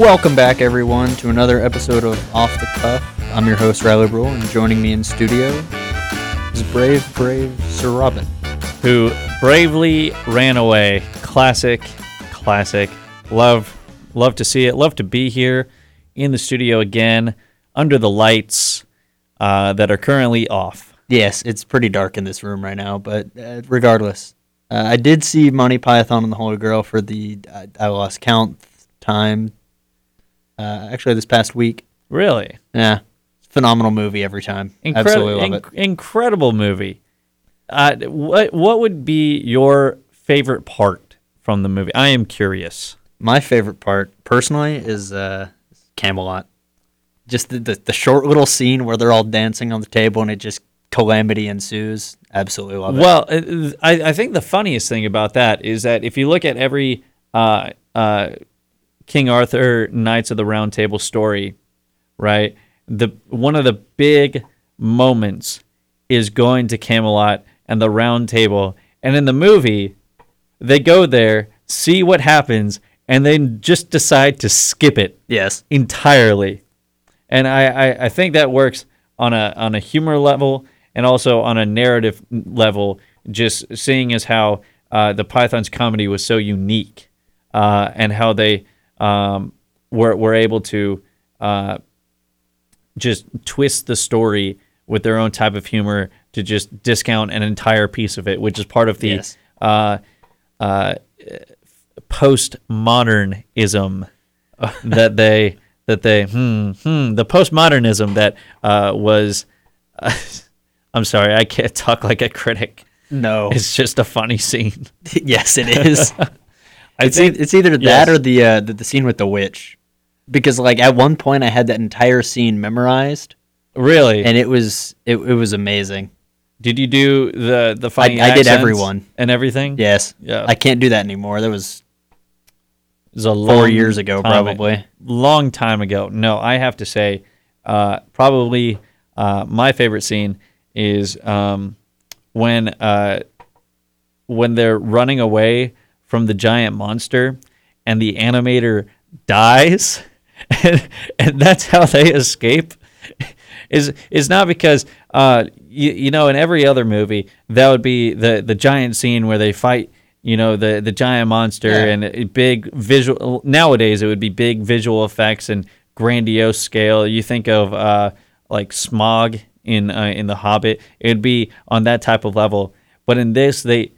Welcome back, everyone, to another episode of Off the Cuff. I'm your host, Riley Brule, and joining me in studio is brave, brave Sir Robin. who bravely ran away. Classic, classic. Love, love to see it. Love to be here in the studio again under the lights uh, that are currently off. Yes, it's pretty dark in this room right now, but uh, regardless, uh, I did see Monty Python and the Holy Grail for the I, I lost count time. Uh, actually, this past week. Really, Yeah, phenomenal movie every time. Absolutely love it. inc- incredible movie. Uh, what what would be your favorite part from the movie? I am curious. My favorite part, personally, is uh, Camelot. Just the, the the short little scene where they're all dancing on the table and it just calamity ensues. Absolutely love it. Well, uh, I, I think the funniest thing about that is that if you look at every uh, uh, King Arthur Knights of the Round Table story, right, the one of the big moments is going to Camelot and the Round Table, and in the movie, they go there, see what happens, and then just decide to skip it Yes. entirely. And I, I, I think that works on a on a humor level and also on a narrative level, just seeing as how uh, the Python's comedy was so unique uh, and how they um, were, were able to uh, just twist the story with their own type of humor to just discount an entire piece of it, which is part of the Yes. uh, uh, postmodernism that they that they hmm hmm the postmodernism that uh, was. I'm sorry, I can't talk like a critic. No. It's just a funny scene. yes, it is. I It's, e- it's either yes. that or the, uh, the the scene with the witch, because like at one point I had that entire scene memorized, really. and it was it, it was amazing. did you do the the funny? I did accents everyone. and everything. Yes, Yeah. I can't do that anymore. That was It was a four long years ago, time- probably. long time ago. No, I have to say, uh, probably uh, my favorite scene is um, when uh, when they're running away from the giant monster, and the animator dies, and, and that's how they escape. Is is not because uh, you, you know in every other movie that would be the the giant scene where they fight you know the the giant monster Yeah. and a big visual nowadays it would be big visual effects and grandiose scale you think of uh, like smog in uh, in the hobbit it would be on that type of level but in this they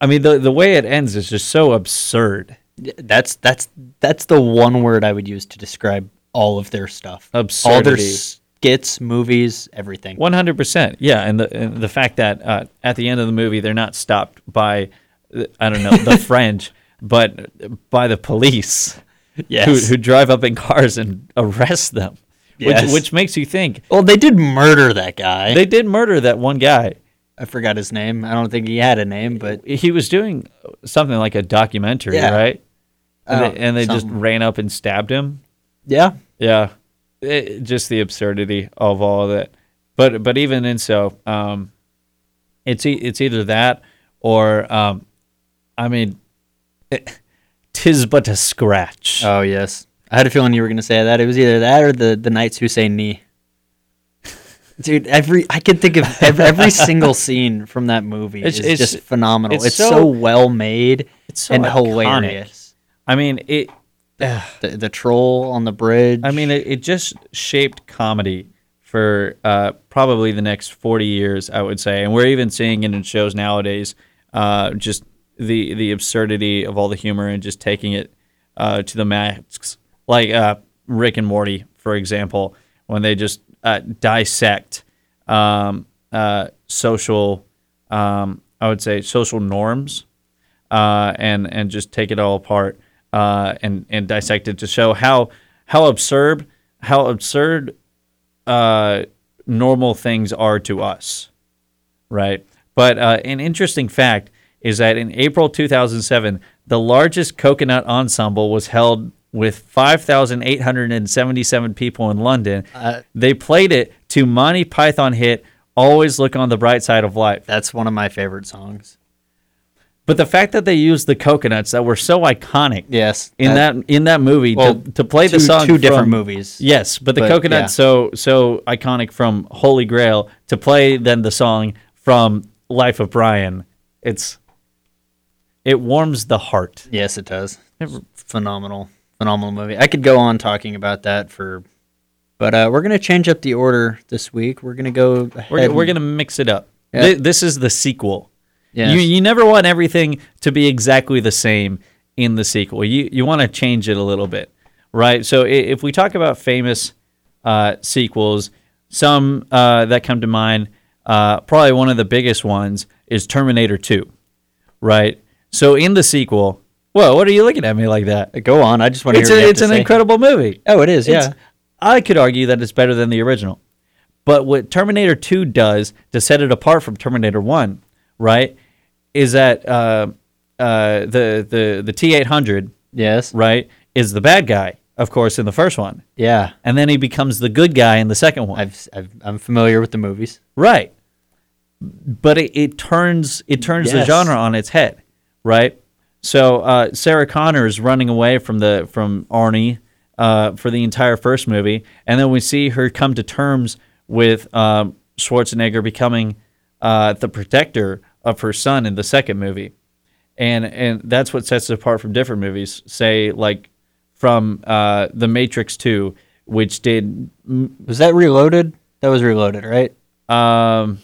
i mean the the way it ends is just so absurd That's that's that's the one word I would use to describe all of their stuff. All their Absurdity. skits, movies, everything. One hundred percent, yeah, and the and the fact that uh, at the end of the movie they're not stopped by, uh, I don't know, the French, but by the police, Yes. who, who drive up in cars and arrest them, Yes. which which makes you think Well, they did murder that guy. they did murder that one guy. I forgot his name. I don't think he had a name, but He was doing something like a documentary, Yeah. right? Oh, And they, and they just something. ran up and stabbed him. yeah, Yeah, It- just the absurdity of all of that. But but even in so, um, it's e- it's either that or um, I mean, it, tis but a scratch. Oh yes, I had a feeling you were gonna say that. It was either that or the the knights who say knee. Dude, every I can think of every, every single scene from that movie It's- is it's- just phenomenal. It's, it's so, so- well made it's so and iconic. hilarious. I mean it. The, the troll on the bridge. I mean it, it just shaped comedy for uh, probably the next forty years, I would say, and we're even seeing it in shows nowadays. Uh, just the the absurdity of all the humor and just taking it uh, to the max, like uh, Rick and Morty, for example, when they just uh, dissect um, uh, social, um, I would say social norms, uh, and and just take it all apart uh, and and dissect it to show how how absurd how absurd uh, normal things are to us, right? But uh, an interesting fact is that in April 2007, the largest coconut ensemble was held with 5,877 people in London. Uh, they played it to Monty Python hit "Always Look on the Bright Side of Life." that's one of my favorite songs. But the fact that they used the coconuts that were so iconic Yes. in that, in that movie well, to, to play two, the song two different from- movies. Yes, but the But, coconut yeah. so so iconic from Holy Grail to play then the song from Life of Brian. It's it warms the heart. Yes, it does. phenomenal, phenomenal movie. I could go on talking about that for, but uh, we're gonna change up the order this week. We're gonna go. Ahead We're, we're and- gonna mix it up. Yeah. Thi- this is the sequel. Yes. You you never want everything to be exactly the same in the sequel. You you want to change it a little bit, right? So i- if we talk about famous uh, sequels, some uh, that come to mind, uh, probably one of the biggest ones is Terminator Two, right? So in the sequel, whoa, what are you looking at me like that? Uh, go on. I just want to. It's hear what you a, have it's to an say. incredible movie. Oh, it is. It's- Yeah. I could argue that it's better than the original. But what Terminator 2 does to set it apart from Terminator 1, right, is that uh, uh, the, the, the T 800, Yes. right, is the bad guy, of course, in the first one. Yeah. And then he becomes the good guy in the second one. I've, s- I've I'm familiar with the movies. Right. But it, it turns it turns the Yes. genre on its head, right? So uh, Sarah Connor is running away from the from Arnie uh, for the entire first movie, and then we see her come to terms with um, Schwarzenegger becoming uh, the protector of her son in the second movie, and and that's what sets it apart from different movies, say like from uh, The Matrix Two, which did mm, Was that Reloaded? That was Reloaded, right? um,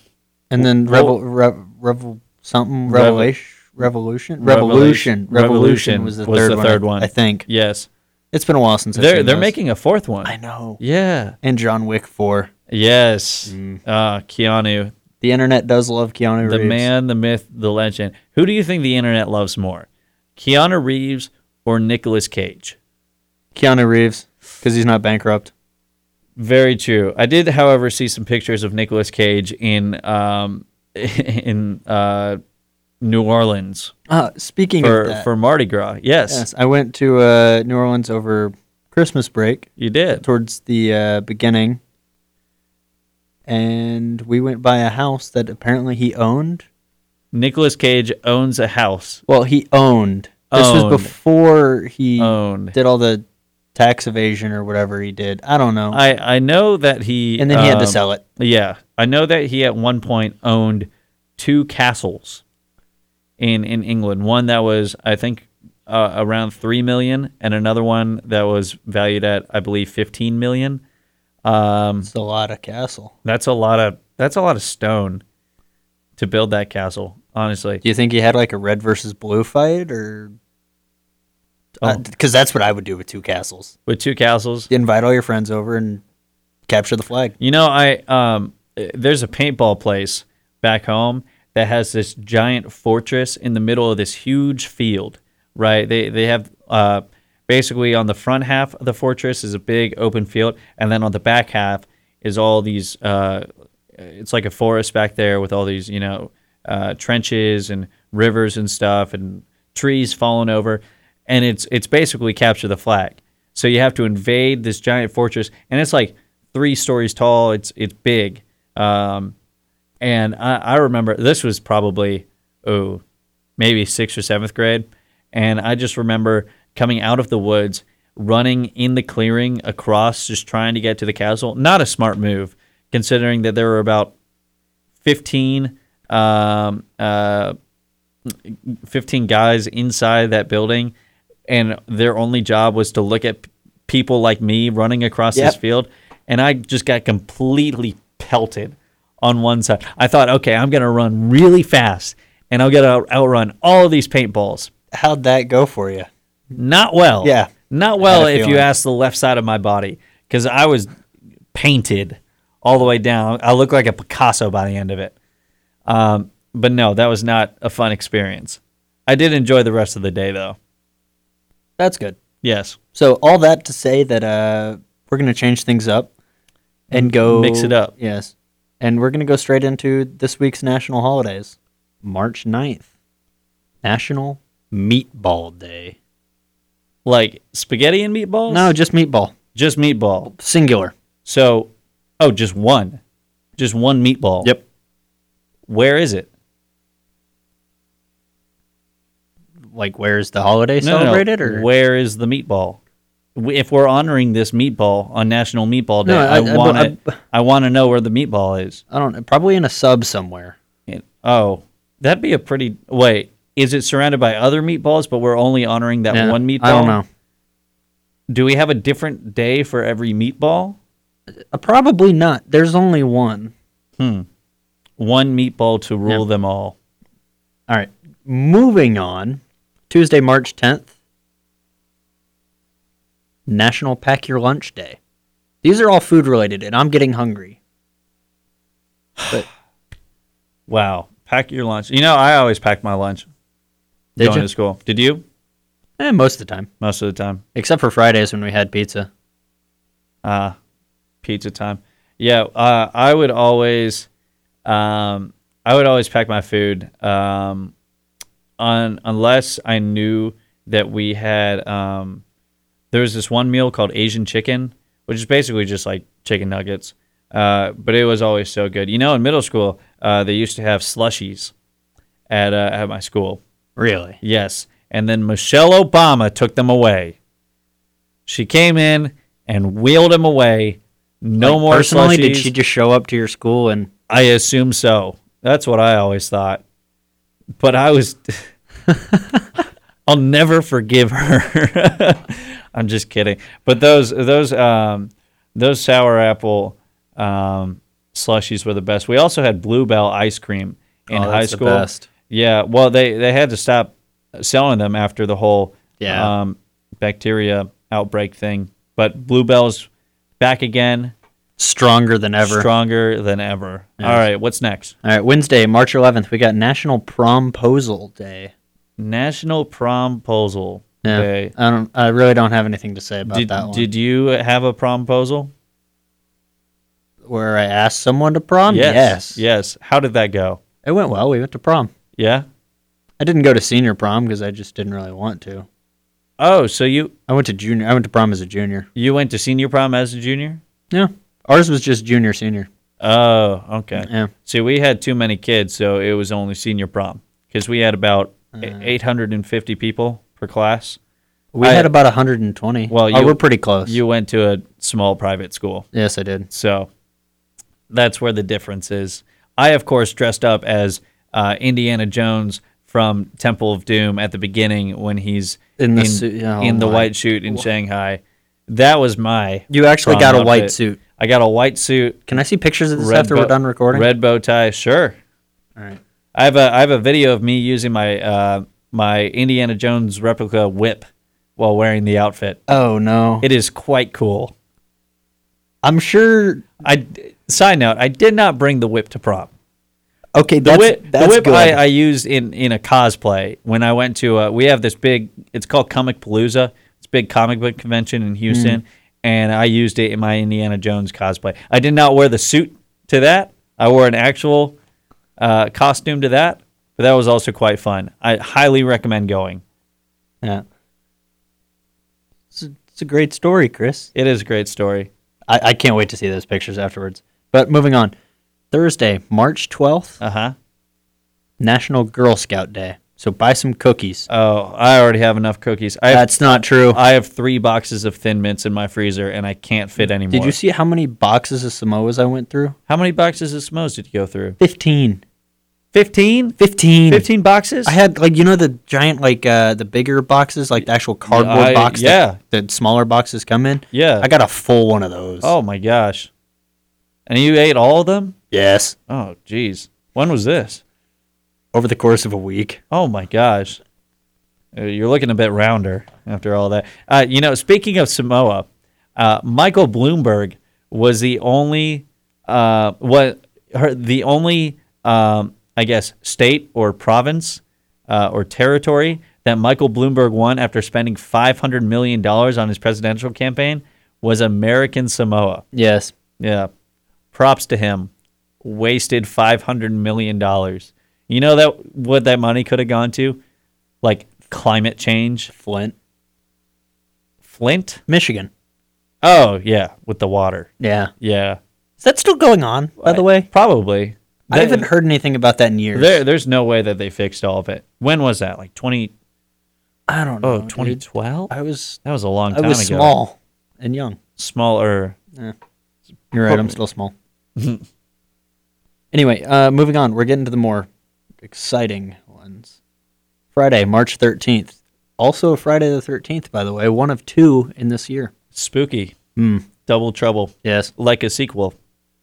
And then Rebel Well- Re, Revel something Revel- Revelation. Revolution, Revolution- Revolution, Revolution Revolution was the third, one, I think yes. it's been a while since I've They're seen they're those. making a fourth one. I know. Yeah. And John Wick four. Yes. Uh, Keanu, The internet does love Keanu the Mm. Reeves. man, the myth, the legend. Who do you think the internet loves more, Keanu Reeves or Nicolas Cage? Keanu Reeves, because he's not bankrupt. Very true. I did, however, see some pictures of Nicolas Cage in um, in uh, New Orleans Uh, speaking of for that, for Mardi Gras. Yes, yes, I went to uh, New Orleans over Christmas break, you did. towards the uh, beginning, and we went by a house that apparently he owned. Nicolas Cage owns a house. Well, he owned. This Owned. was before he Owned. did all the tax evasion or whatever he did. I don't know. I I know that he and then he had to um, sell it. Yeah, I know that he at one point owned two castles in in England. One that was, I think, uh, around three million, and another one that was valued at, I believe, fifteen million. Um, It's a lot of castle. that's a lot of that's a lot of stone to build that castle. Honestly, Do you think he had like a red versus blue fight, or because that's what I would do with two castles? with two castles, Invite all your friends over and capture the flag. You know, I um, there's a paintball place back home that has this giant fortress in the middle of this huge field, right? They they have uh, basically on the front half of the fortress is a big open field, and then on the back half is all these. Uh, it's like a forest back there with all these, you know, uh, trenches and rivers and stuff, and trees falling over, and it's it's basically capture the flag. So you have to invade this giant fortress, and it's like three stories tall. It's it's big, um, and I, I remember this was probably oh maybe sixth or seventh grade, and I just remember coming out of the woods, running in the clearing across, just trying to get to the castle. Not a smart move, considering that there were about fifteen. Um, uh, 15 guys inside that building and their only job was to look at p- people like me running across this Yep. field and I just got completely pelted on one side. I thought, okay, I'm going to run really fast and I'm going to out- outrun all these paintballs. How'd that go for you? Not well. Yeah. Not well if you feeling. ask the left side of my body cuz I was painted all the way down. I looked like a Picasso by the end of it. Um, but no, that was not a fun experience. I did enjoy the rest of the day though. That's good. Yes. So all that to say that uh, we're gonna change things up and go Mix it up. Yes, and we're gonna go straight into this week's national holidays, March 9th, National Meatball Day. Like spaghetti and meatballs? No, just meatball, just meatball. singular. So, oh, just one, just one meatball. Where is it? like where's the holiday No, no, no. celebrated or where is the meatball? We- If we're honoring this meatball on National Meatball Day, No, I- I, I- but want I- it. I want to know where the meatball is. I don't know, probably in a sub somewhere. It- oh, that'd be a pretty wait. Is it surrounded by other meatballs, but we're only honoring that Yeah, one meatball? I don't know. Do we have a different day for every meatball? Uh, probably not. There's only one. One meatball to rule Yeah. them all. All right. Moving on. Tuesday, March 10th. National Pack Your Lunch Day. These are all food related, and I'm getting hungry. Wow, pack your lunch. You know, I always pack my lunch Did going you? to school. Did you? Eh, most of the time, Most of the time. except for Fridays when we had pizza. uh, pizza time. Yeah, uh, I would always, um, I would always pack my food, um, on unless I knew that we had. Um, there was this one meal called Asian chicken, which is basically just like chicken nuggets, uh, but it was always so good. You know, in middle school, uh, they used to have slushies at uh, at my school. Really? Yes. And then Michelle Obama took them away. She came in and wheeled them away. No Like, more Personally, slushies. did she just show up to your school and I assume so. That's what I always thought. But I was. I'll never forgive her. I'm just kidding. But those those um, those sour apple um, slushies were the best. We also had Bluebell ice cream in Oh, that's high the school. best. Yeah. Well, they they had to stop selling them after the whole Yeah. um, bacteria outbreak thing. But Bluebell's back again stronger than ever? stronger than ever. All right, what's next? All right, Wednesday, March 11th, we got National Promposal Day. National Promposal Yeah, Day. I don't. I really don't have anything to say about Did, that one. did you have a promposal? Where I asked someone to prom? yes. Yes. How did that go? It went well. We went to prom. Yeah. I didn't go to senior prom because I just didn't really want to. Oh, so you I went to junior. I went to prom as a junior. you went to senior prom as a junior? Yeah. Ours was just junior senior. Oh, okay. Yeah. See, we had too many kids, so it was only senior prom because we had about Uh. e- 850 people per class. We I- had about 120. Well, oh, you- we're pretty close. You went to a small private school. yes, I did. So that's where the difference is. I, of course, dressed up as uh, Indiana Jones from Temple of Doom at the beginning when he's In the suit- oh in the my. white suit in Shanghai. That was my. You actually prom got a white outfit. suit. I got a white suit. Can I see pictures of this red after bo- we're done recording? Red bow tie. Sure. All right. I have a I have a video of me using my uh, my Indiana Jones replica whip while wearing the outfit. Oh no. It is quite cool. I'm sure. I side note. I did not bring the whip to prom. Okay, the that's whip, that's the whip good. I, I used in, in a cosplay when I went to uh we have this big it's called Comic Palooza it's a big comic book convention in Mm. Houston and I used it in my Indiana Jones cosplay I did not wear the suit to that I wore an actual uh, costume to that but that was also quite fun I highly recommend going yeah. It's a, it's a great story, Chris. it is a great story I, I can't wait to see those pictures afterwards. But moving on, Thursday, March 12th, uh huh National Girl Scout Day. So buy some cookies. oh I already have enough cookies I have, That's not true. I have three boxes of Thin Mints in my freezer and I can't fit anymore Did you see how many boxes of Samoas I went through? how many boxes of Smos did you go through 15. 15 15. 15 boxes? I had like you know the giant like uh the bigger boxes like the actual cardboard I- box yeah. that, that smaller boxes come in. Yeah. I got a full one of those. oh my gosh. And you ate all of them? yes. Oh jeez. When was this? Over the course of a week. Oh my gosh. Uh, You're looking a bit rounder after all that. Uh, you know, speaking of Samoa, uh, Michael Bloomberg was the only uh, what her, the only um, I guess state or province uh, or territory that Michael Bloomberg won after spending 500 million dollars on his presidential campaign was American Samoa. Yes. Yeah. Props to him. Wasted five hundred million dollars. You know that what that money could have gone to? Like climate change. Flint, Flint? Michigan. Oh yeah, with the water. Yeah. Yeah. Is that still going on by the way? Probably. I haven't heard anything about that in years. There there's no way that they fixed all of it. When was that? Like twenty I don't know. Oh, dude. 2012? I was That was a long I time was ago. er, small and young. Smaller. You're right. I'm still small. Hmm. anyway, uh, moving on. We're getting to the more exciting ones. Friday, March 13th. Also, Friday the 13th, by the way, one of two in this year. Spooky. Hmm. Double trouble. Yes. Like a sequel.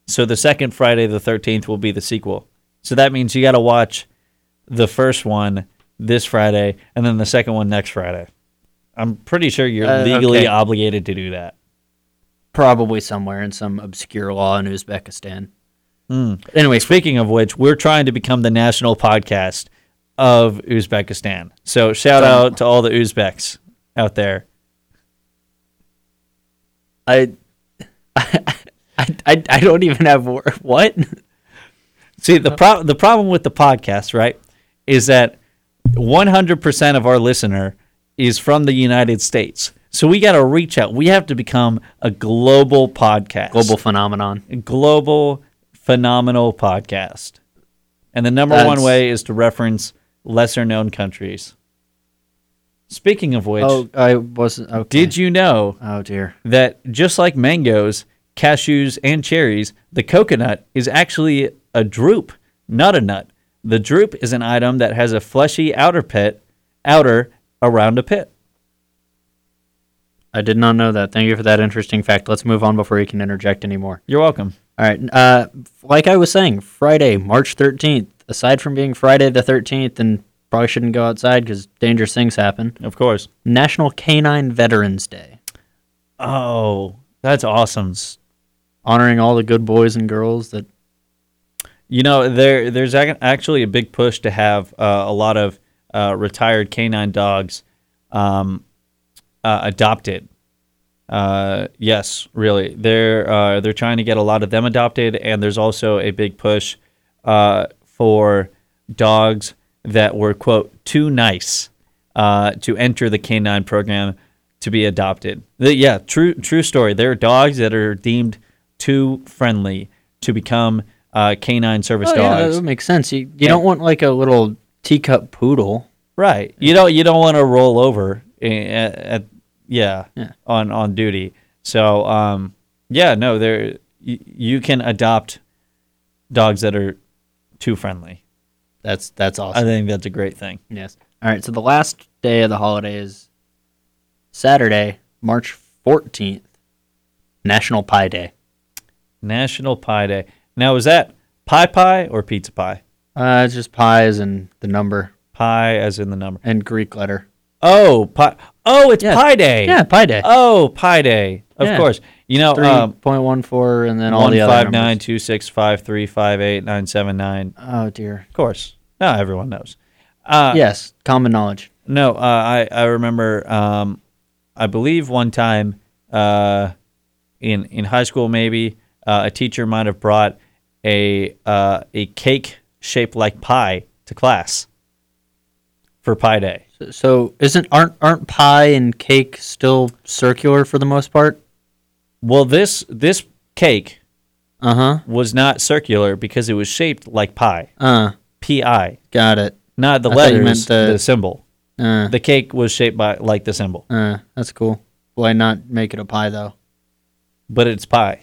So the second Friday the 13th will be the sequel. So that means you got to watch the first one this Friday and then the second one next Friday. I'm pretty sure you're Uh, legally okay. obligated to do that. Probably somewhere in some obscure law in Uzbekistan. Anyway, Speaking of which, we're trying to become the national podcast of Uzbekistan. So shout out to all the Uzbeks out there. I, I, I, I don't even have wor- what? See, the pro- the problem with the podcast, right, is that 100% of our listener is from the United States. So we got to reach out. We have to become a global podcast. Global phenomenon. global phenomenal podcast. And the number one That's- way is to reference lesser known countries. Speaking of which, Oh, I wasn't. Okay. did you know Oh dear. that just like mangoes, cashews, and cherries, the coconut is actually a drupe, not a nut. The drupe is an item that has a fleshy outer pit, outer around a pit. I did not know that. Thank you for that interesting fact. Let's move on before you can interject anymore. You're welcome. All right. Uh, like I was saying, Friday, March 13th, aside from being Friday the 13th, and probably shouldn't go outside because dangerous things happen, Of course. National Canine Veterans Day, Oh, that's awesome. S- honoring all the good boys and girls that. You know, there there's ac- actually a big push to have uh, a lot of uh, retired canine dogs um, uh, adopted. Uh, yes, really. They're uh, they're trying to get a lot of them adopted, and there's also a big push uh, for dogs that were quote too nice uh, to enter the canine program to be adopted. The- yeah, true true story. There are dogs that are deemed too friendly to become uh, canine service Oh, yeah, dogs. that would make sense. You, you don't want like a little teacup poodle. Right. You don't you don't want to roll over at, at yeah, Yeah. on on duty. So um yeah, no, there you, you can adopt dogs that are too friendly. That's that's I awesome. think that's a great thing. yes. All right. So the last day of the holiday is Saturday, March 14th, National Pie Day. National Pie Day. Now is that pie pie or pizza pie? Uh, it's just pies and the number Pie as in the number. and Greek letter. Oh, pie. Oh, it's Yeah. Pie Day. Yeah, Pie Day. Oh, Pie Day. Of Yeah. course. You know, Three um, point one four, and then all one the other five nine numbers. two six five three five eight nine seven nine. Oh dear. Of course. Now everyone knows. Uh, yes, common knowledge. No, uh, I I remember. Um, I believe one time uh, in in high school, maybe uh, a teacher might have brought a uh, a cake shaped like pie to class for Pie Day. So, so isn't aren't aren't pie and cake still circular for the most part? Well, this this cake Uh huh. was not circular because it was shaped like pie. Uh, P I, got it. not the I thought you letters, meant the- the symbol. Uh, The cake was shaped by like the symbol, uh, that's cool. Why not make it a pie though? but it's pie.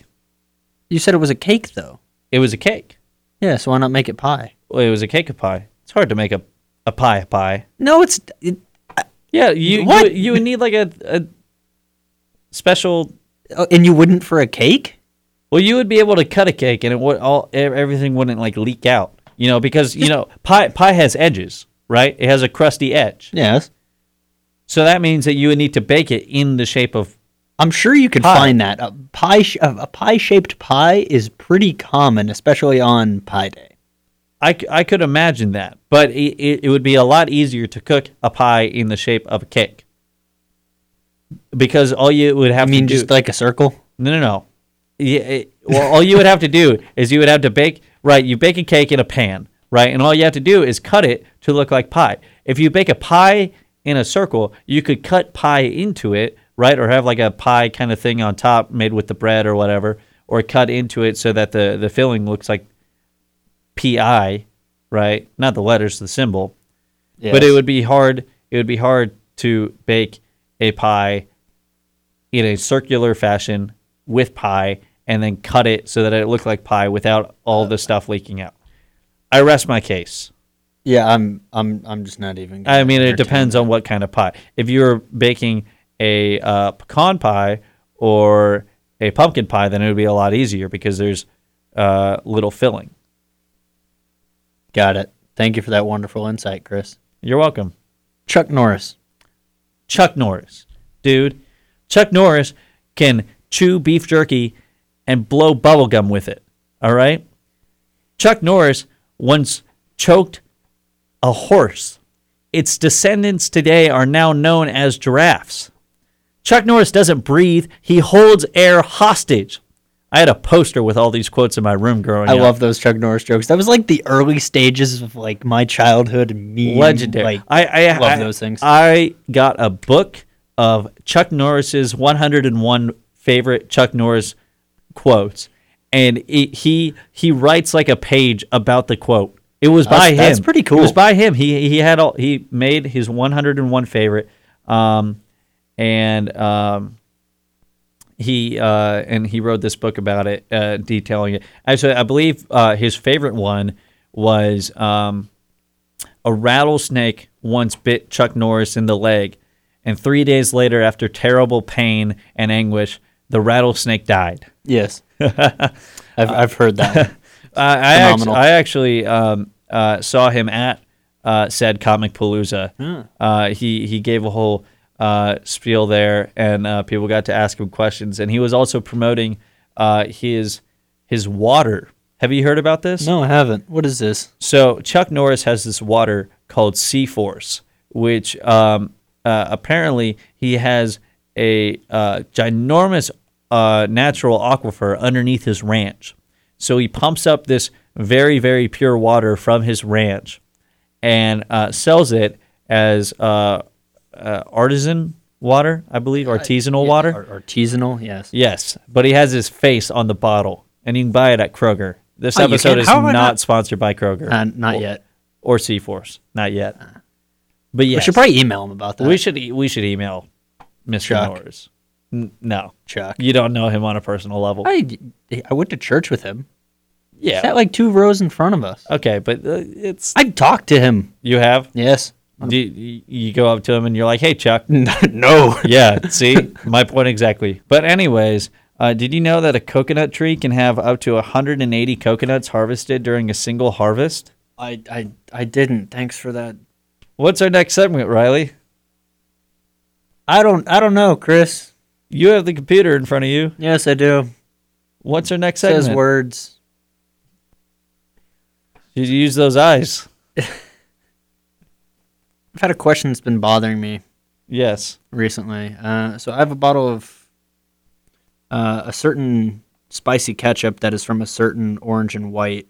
You said it was a cake though. It was a cake. Yeah, so why not make it pie? Well, it was a cake of pie. It's hard to make a a pie a pie. No, it's it, Yeah, you What? you, you would need like a, a special. oh, and you wouldn't for a cake. Well, you would be able to cut a cake, and it would all e- everything wouldn't like leak out. You know, because you know pie pie has edges, right? It has a crusty edge. Yes, So that means that you would need to bake it in the shape of. I'm sure you could Pie. find that a pie sh- a a pie-shaped pie is pretty common, especially on Pie Day. I, c- I could imagine that, but it, it, it would be a lot easier to cook a pie in the shape of a cake. Because all you would have I mean, to do, just like a circle. No, no, no. Yeah, it- well, all you would have to do is you would have to bake, right? You bake a cake in a pan, right? And all you have to do is cut it to look like pie. If you bake a pie in a circle, you could cut pie into it, right? Or have like a pie kind of thing on top made with the bread or whatever, or cut into it so that the, the filling looks like PI, right? Not the letters, the symbol. But it would be hard. It would be hard to bake a pie in a circular fashion with pie and then cut it so that it looked like pie without all the stuff leaking out. I rest my case. Yeah, I'm I'm I'm just not even. gonna I mean, it entertain depends on what kind of pie. If you're baking a uh, pecan pie or a pumpkin pie, then it would be a lot easier because there's uh, little filling. Got it. Thank you for that wonderful insight, Chris. You're welcome. Chuck Norris. Chuck Norris, dude. Chuck Norris can chew beef jerky and blow bubblegum with it. All right? Chuck Norris once choked a horse. Its descendants today are now known as giraffes. Chuck Norris doesn't breathe, he holds air hostage. I had a poster with all these quotes in my room growing I up. love those Chuck Norris jokes. That was like the early stages of like my childhood. and Me legendary. Like, I, I love I- those things. I got a book of Chuck Norris's 101 favorite Chuck Norris quotes, and it, he he writes like a page about the quote. It was by him. That's- that's pretty It was cool. by him. He he had all he made his 101 favorite, um, and um, he uh, and he wrote this book about it, uh, detailing it. Actually, I believe uh, his favorite one was. Um, a rattlesnake once bit Chuck Norris in the leg, and three days later, after terrible pain and anguish, the rattlesnake died. yes, I've I've heard that. one. I Uh, I, act- Phenomenal. I actually um, uh, saw him at uh, said Comic Palooza. Uh, he he gave a whole uh, spiel there, and uh, people got to ask him questions. And he was also promoting uh, his his water. Have you heard about this? No, I haven't. What is this? So Chuck Norris has this water called Sea Force, which um, uh, apparently he has a uh, ginormous uh, natural aquifer underneath his ranch. So he pumps up this very, very pure water from his ranch and uh, sells it as uh, uh, artisan water, I Uh, believe, artisanal water. Ar- artisanal. Yes. Yes, but he has his face on the bottle, and you can buy it at Kroger. This Oh, you episode can? is How not, am I not- sponsored by Kroger Uh, not yet. or C Force, not yet. But Uh-huh. yes, We should probably email him about that. we should e- we should email Mr. Chuck. Norris. N- no, Chuck. you don't know him on a personal level. I I went to church with him. yeah, Sat like two rows in front of us. okay, but uh, it's I talked to him. you have. Yes. Do you, you go up to him and you're like, "Hey, Chuck." no. yeah, see, my point exactly. But anyways, uh, did you know that a coconut tree can have up to 180 coconuts harvested during a single harvest? I, I I didn't. Thanks for that. What's our next segment, Riley? I don't I don't know, Chris. You have the computer in front of you. Yes, I do. What's our next segment? Says words. Did you use those eyes? I've had a question that's been bothering me Yes. recently. Uh, so I have a bottle of uh, a certain spicy ketchup that is from a certain orange and white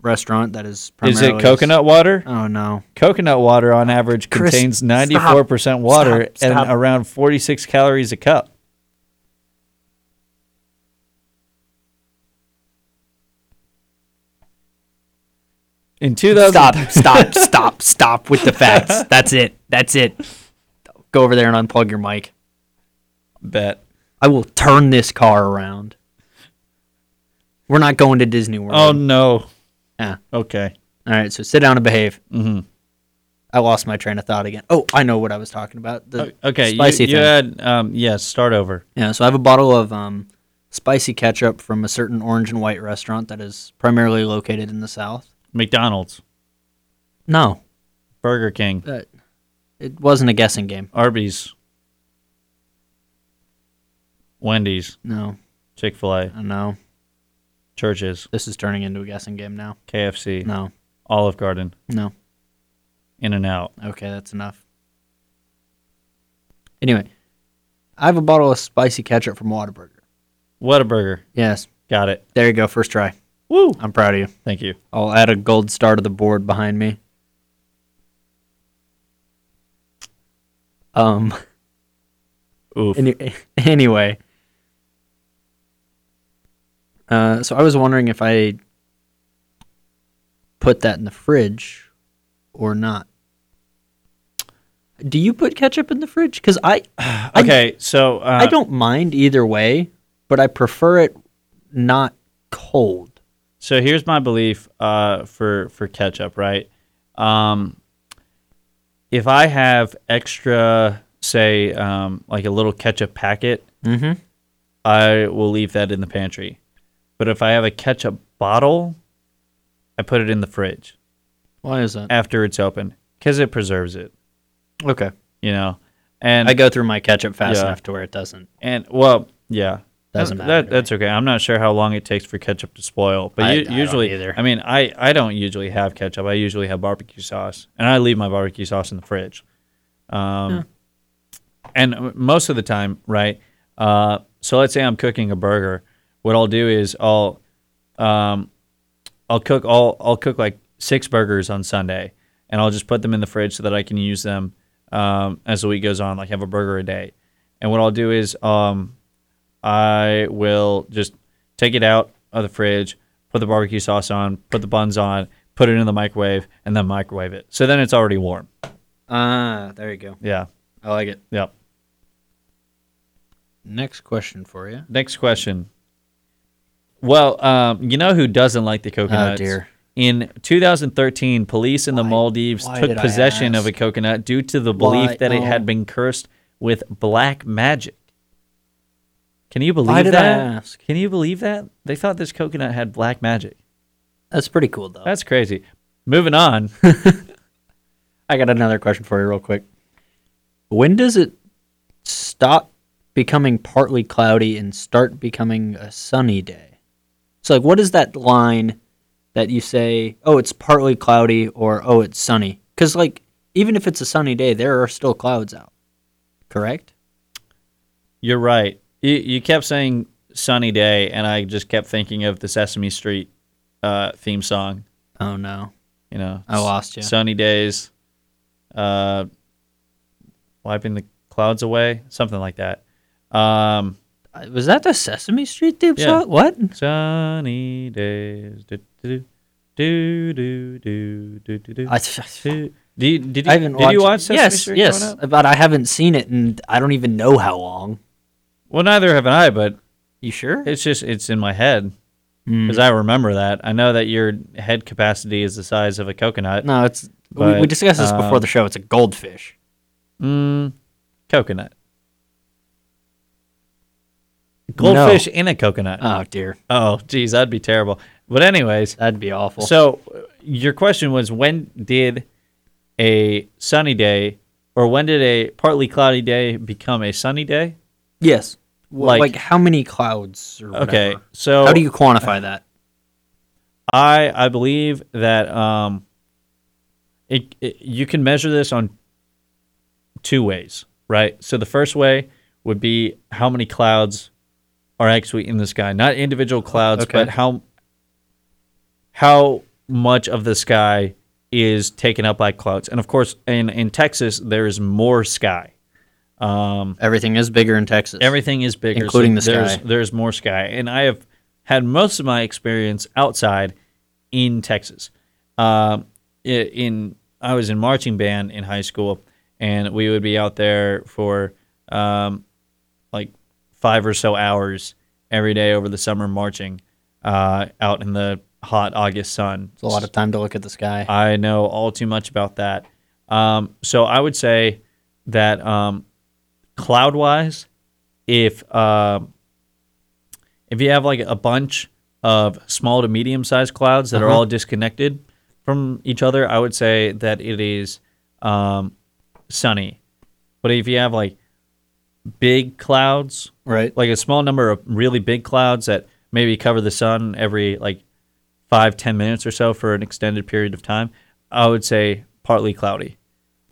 restaurant that is primarily Is it coconut water? Oh no. Coconut water, on average, Chris, contains 94% water Stop. Stop. and around 46 calories a cup. In 2000, Stop, stop, stop, stop with the facts. That's it. That's it. Go over there and unplug your mic. bet. I will turn this car around. We're not going to Disney World. Oh no. Yeah. Okay. All right, so sit down and behave. Mm-hmm. I lost my train of thought again. Oh, I know what I was talking about. The Oh, Okay. you- spicy you, thing. had um, yes. Start over. yeah, so I have a bottle of um, spicy ketchup from a certain orange and white restaurant that is primarily located in the South. McDonald's, No, Burger King, uh, it wasn't a guessing game. Arby's, Wendy's, No, Chick Fil A, no, churches, this is turning into a guessing game now. KFC, No, Olive Garden, no. In and Out. Okay, that's enough. Anyway, I have a bottle of spicy ketchup from Whataburger. Whataburger. Yes, Got it. there you go. First try. Woo. I'm proud of you. Thank you. I'll add a gold star to the board behind me. Um. Oof. Any- anyway. Uh, so I was wondering if I put that in the fridge or not. Do you put ketchup in the fridge? Because I, Okay, so uh, I don't mind either way, but I prefer it not cold. So here's my belief uh, for for ketchup, right? Um, if I have extra, say, um, like a little ketchup packet, Mm-hmm. I will leave that in the pantry. But if I have a ketchup bottle, I put it in the fridge Why is that? after it's open because it preserves it, Okay. you know. And I go through my ketchup fast Yeah. enough to where it doesn't. and well, yeah, Doesn't That- matter to That, that's okay. I'm not sure how long it takes for ketchup to spoil, but I- u- I don't usually, either. I mean, I I don't usually have ketchup. I usually have barbecue sauce, and I leave my barbecue sauce in the fridge. Um, and uh, most of the time, right? Uh, so let's say I'm cooking a burger. What I'll do is I'll um, I'll cook all I'll cook like six burgers on Sunday, and I'll just put them in the fridge so that I can use them um, as the week goes on. Like have a burger a day, and what I'll do is um, I will just take it out of the fridge, put the barbecue sauce on, put the buns on, put it in the microwave, and then microwave it. So then it's already warm. Ah, there you go. Yeah. I like it. Yeah. Next question for you. Next question. Well, um, you know who doesn't like the coconuts? Oh, dear. In 2013, police in the Maldives why took did I possession of a ask? coconut due to the belief Why- that it oh. had been cursed with black magic. Can you believe did I that? ask? Can you believe that? They thought this coconut had black magic. That's pretty cool, though. That's crazy. Moving on. I got another question for you, real quick. When does it stop becoming partly cloudy and start becoming a sunny day? So, like, what is that line that you say, oh, it's partly cloudy or oh, it's sunny? Because, like, even if it's a sunny day, there are still clouds out, correct? You're right. You, you kept saying sunny day, and I just kept thinking of the Sesame Street uh, theme song. Oh, no. You know, I lost you. Sunny days, uh, wiping the clouds away, something like that. Um, Uh, Was that the Sesame Street theme Yeah. song? What? sunny days, do do do do do do do do. I, do. Do you, did you, I haven't did you watch watched it. Sesame yes, Street Yes, growing up? but I haven't seen it in I don't even know how long. Well, neither have I, but You sure? It's just it's in my head Mm. because I remember that. I know that your head capacity is the size of a coconut. No, it's we, we But, discussed this before um, the show. It's a goldfish. Mm, coconut. Goldfish in a coconut. Oh dear, oh, geez, that'd be terrible. But anyways, that'd be awful. so uh, your question was when did a sunny day or when did a partly cloudy day become a sunny day? yes, like, like- like how many clouds? Or Okay, whatever? so how do you quantify that? I I believe that um, it, it you can measure this on two ways, right? So the first way would be how many clouds are actually in the sky, not individual clouds, Okay. but how how much of the sky is taken up by clouds. And of course, in in Texas, there is more sky. Um, Everything is bigger in Texas. Everything is bigger, so Including the there's, sky. There's more sky, and I have had most of my experience outside in Texas. Um, i- in I was in marching band in high school, and we would be out there for um, like five or so hours every day over the summer marching uh, out in the hot August sun. it's a lot of time to look at the sky. I know all too much about that. Um, so I would say that um, cloud wise, if um if you have like a bunch of small to medium sized clouds that are all disconnected from each other, I would say that it is um, sunny. But if you have like big clouds, right. like a small number of really big clouds that maybe cover the sun every like five ten minutes or so for an extended period of time i would say partly cloudy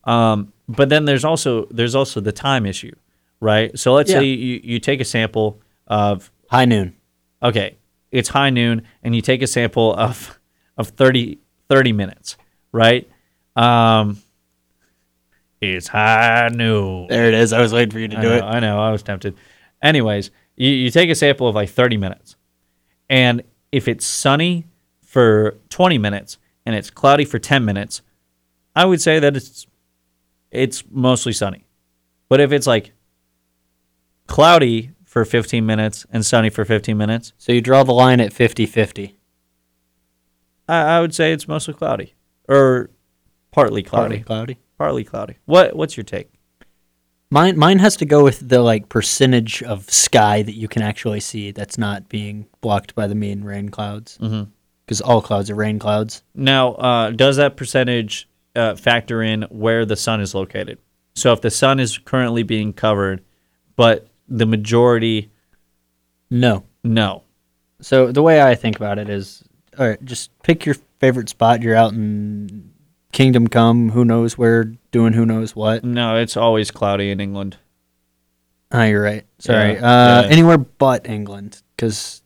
um, but then there's also there's also the time issue right so let's say Yeah. you, you take a sample of High noon. okay it's high noon and you take a sample of of 30 30 minutes right um it's high noon There it is. I was waiting for you to I do know, it. I know. I was tempted. Anyways, you, you take a sample of like 30 minutes. And if it's sunny for 20 minutes and it's cloudy for 10 minutes, I would say that it's it's mostly sunny. But if it's like cloudy for 15 minutes and sunny for 15 minutes, So you draw the line at 50-50. I, I would say it's mostly cloudy or partly cloudy. Partly Partly, cloudy. cloudy. What What's your take? Mine mine has to go with the like percentage of sky that you can actually see that's not being blocked by the mean rain clouds. Mhm. Because all clouds are rain clouds. Now, uh, does that percentage uh, factor in where the sun is located? So if the sun is currently being covered, but the majority, No. no. So the way I think about it is, all right, just pick your favorite spot. You're out in Kingdom Come, who knows where, doing who knows what. No, it's always cloudy in England. Ah, you're right. Sorry. Yeah, uh, yeah. Anywhere but England, because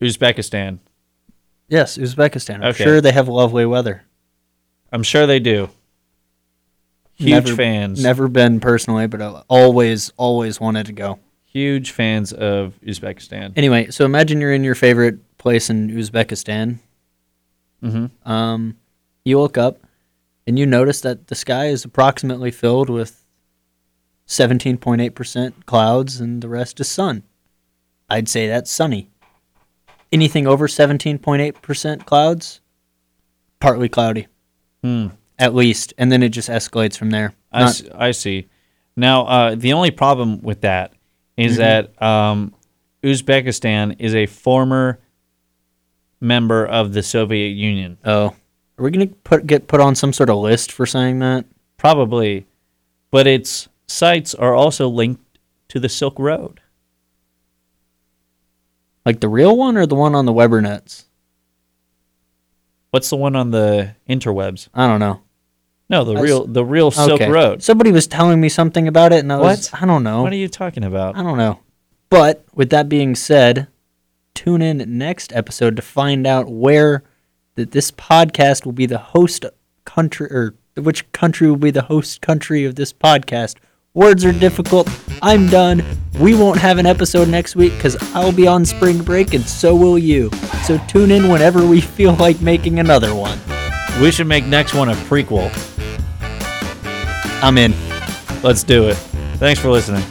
Uzbekistan. yes, Uzbekistan. I'm Okay. sure they have lovely weather. I'm sure they do. Huge Never- fans. Never been personally, but I always, always wanted to go. Huge fans of Uzbekistan. Anyway, so imagine you're in your favorite place in Uzbekistan. hmm Um, you look up and you notice that the sky is approximately filled with 17.8% clouds and the rest is sun. I'd say that's sunny. Anything over 17.8% clouds, partly cloudy Hmm. at least, and then it just escalates from there. I, Not- s- I see. Now, uh, the only problem with that is Mm-hmm. that um, Uzbekistan is a former member of the Soviet Union. oh, are we gonna put get put on some sort of list for saying that? Probably, but its sites are also linked to the Silk Road. Like the real one or the one on the Webernets? What's the one on the interwebs? I don't know. No, the I s- real the real Silk Okay. Road. Somebody was telling me something about it, and I was I don't know. What are you talking about? I don't know. But with that being said, tune in next episode to find out where that this podcast will be the host country or which country will be the host country of this podcast. Words are difficult. I'm done. We won't have an episode next week because I'll be on spring break and so will you. So tune in whenever we feel like making another one. We should make next one a prequel. I'm in. Let's do it. Thanks for listening.